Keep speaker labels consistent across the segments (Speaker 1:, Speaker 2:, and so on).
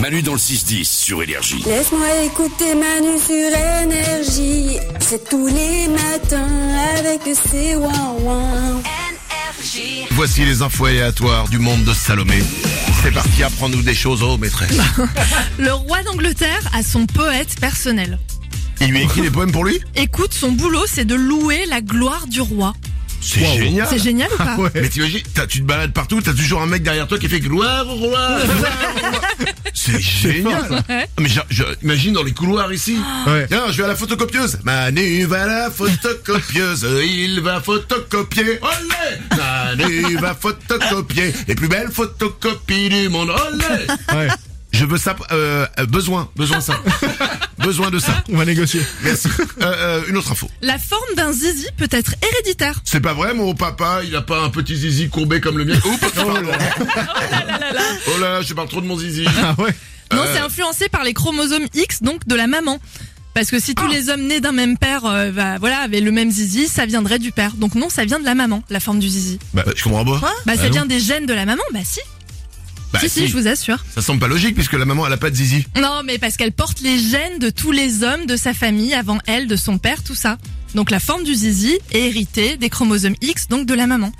Speaker 1: Manu dans le 6-10 sur Énergie.
Speaker 2: Laisse-moi écouter Manu sur énergie. C'est tous les matins avec ses ouin-ouin.
Speaker 3: Voici les infos aléatoires du monde de Salomé. C'est parti, apprends-nous des choses, oh maîtresse.
Speaker 4: Le roi d'Angleterre a son poète personnel.
Speaker 3: Il lui écrit des poèmes pour lui
Speaker 4: Écoute, son boulot, c'est de louer la gloire du roi.
Speaker 3: C'est génial.
Speaker 4: C'est génial ou pas
Speaker 3: Mais t'imagines, t'as- tu te balades partout, t'as toujours un mec derrière toi qui fait gloire, gloire, gloire. gloire. C'est génial.
Speaker 4: Ouais.
Speaker 3: Mais j'a- j'a- imagine dans les couloirs ici. Tiens, je vais à la photocopieuse. Manu va à la photocopieuse. Il va photocopier. Olé Manu va photocopier. Les plus belles photocopies du monde. Olé Je veux ça, euh, euh, besoin, besoin ça. besoin de ça.
Speaker 5: On va négocier.
Speaker 3: Merci. Euh, euh, une autre info.
Speaker 4: La forme d'un zizi peut être héréditaire.
Speaker 3: C'est pas vrai, mon papa, il a pas un petit zizi courbé comme le mien. Oups, pardon. Oh là là, je parle trop de mon zizi.
Speaker 5: Ah ouais.
Speaker 4: Non, c'est influencé par les chromosomes X, donc de la maman. Parce que si tous les hommes nés d'un même père euh, bah, voilà, avaient le même zizi, ça viendrait du père. Donc non, ça vient de la maman, la forme du zizi.
Speaker 3: Bah, je comprends pas.
Speaker 4: bah, ça vient des gènes de la maman Bah si,
Speaker 3: Bah,
Speaker 4: si, si,
Speaker 3: si.
Speaker 4: je vous assure.
Speaker 3: Ça semble pas logique puisque la maman, elle a pas de zizi.
Speaker 4: Non, mais parce qu'elle porte les gènes de tous les hommes de sa famille, avant elle, de son père, tout ça. Donc la forme du zizi est héritée des chromosomes X, donc de la maman.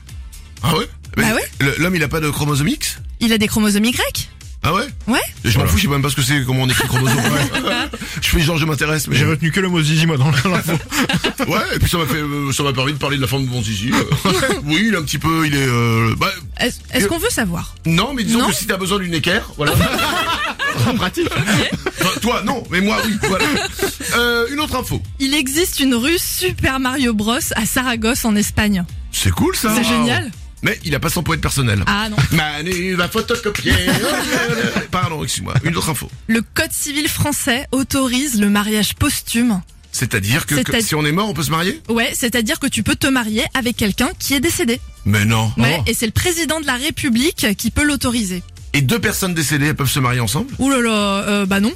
Speaker 3: Ah ouais? Mais
Speaker 4: Bah ouais.
Speaker 3: le- L'homme, il a pas de chromosome X?
Speaker 4: Il a des chromosomes Y
Speaker 3: Ah ouais?
Speaker 4: Ouais
Speaker 3: Je m'en fous, je sais même pas ce que c'est, comment on écrit chromosome. je fais genre, je m'intéresse, mais.
Speaker 5: J'ai retenu que le mot zizi moi dans l'info.
Speaker 3: Ouais, et puis ça m'a fait, euh, ça m'a permis de parler de la forme de mon zizi. euh. oui, il est un petit peu, il est, euh, bah,
Speaker 4: Est-ce est-ce qu'on veut savoir
Speaker 3: non, mais disons
Speaker 4: Non.
Speaker 3: que si t'as besoin d'une équerre, voilà. pratique. Enfin, toi, non, mais moi, oui, voilà. Euh, une autre info.
Speaker 4: Il existe une rue Super Mario Bros à Saragosse en Espagne.
Speaker 3: C'est cool, ça.
Speaker 4: C'est génial.
Speaker 3: Mais il a pas son poète personnel.
Speaker 4: Ah non.
Speaker 3: Manu va photocopier. Pardon, excuse-moi. Une autre info.
Speaker 4: Le Code civil français autorise le mariage posthume.
Speaker 3: C'est-à-dire que, que
Speaker 4: C'est-à-
Speaker 3: si on est mort, on peut se marier
Speaker 4: Ouais, c'est-à-dire que tu peux te marier avec quelqu'un qui est décédé.
Speaker 3: Mais non. Oh.
Speaker 4: Ouais, et c'est le président de la République qui peut l'autoriser.
Speaker 3: Et deux personnes décédées, elles peuvent se marier ensemble
Speaker 4: Ouh là là, euh, bah non,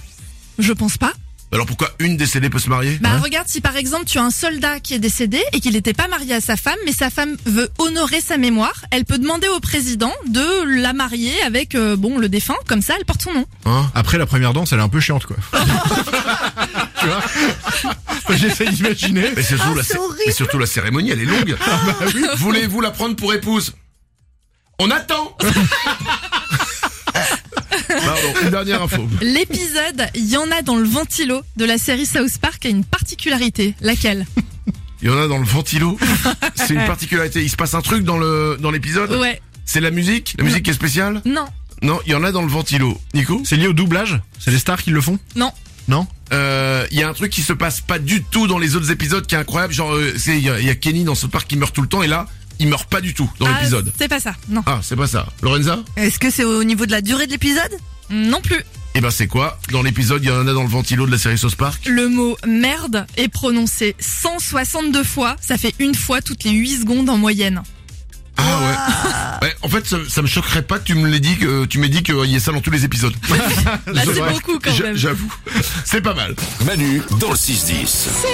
Speaker 4: je pense pas.
Speaker 3: Alors pourquoi une décédée peut se marier Hein
Speaker 4: Bah regarde, si par exemple tu as un soldat qui est décédé et qu'il n'était pas marié à sa femme, mais sa femme veut honorer sa mémoire, elle peut demander au président de la marier avec euh, bon le défunt, comme ça elle porte son nom.
Speaker 3: Hein
Speaker 5: Après la première danse, elle est un peu chiante quoi. tu vois J'essaie d'imaginer. Ah, bah
Speaker 3: mais surtout, la cé- mais surtout la cérémonie, elle est longue. Voulez-vous la prendre pour épouse On attend Pardon, une dernière info.
Speaker 4: L'épisode y en a dans le ventilo de la série South Park a une particularité, laquelle
Speaker 3: Il y en a dans le ventilo. C'est une particularité. Il se passe un truc dans le dans l'épisode.
Speaker 4: Ouais,
Speaker 3: C'est la musique La musique qui est spéciale
Speaker 4: non,
Speaker 3: Non, il y en a dans le ventilo. Nico
Speaker 5: C'est lié au doublage C'est les stars qui le font
Speaker 4: non.
Speaker 5: Non
Speaker 3: Euh, Il y a un truc qui se passe pas du tout dans les autres épisodes qui est incroyable. Genre, euh, c'est- il y, a- il y a Kenny dans ce parc qui meurt tout le temps et là, il meurt pas du tout dans
Speaker 4: Ah,
Speaker 3: l'épisode.
Speaker 4: C'est pas ça, non.
Speaker 3: Ah, c'est pas ça. Lorenza
Speaker 6: Ah. Est-ce que c'est au niveau de la durée de l'épisode
Speaker 4: Non plus.
Speaker 3: Eh ben c'est quoi Dans l'épisode, il y en a dans le ventilo de la série Sauce Park
Speaker 4: Le mot merde est prononcé 162 fois, ça fait une fois toutes les 8 secondes en moyenne.
Speaker 3: Ah ouais. ouais en fait, ça, ça me choquerait pas que tu me l'aies dit, que tu m'aies dit qu'il y ait ça dans tous les épisodes.
Speaker 4: Là Bah, c'est beaucoup quand
Speaker 3: J'a-
Speaker 4: même.
Speaker 3: J'avoue. C'est pas mal.
Speaker 1: Manu dans le 6-10.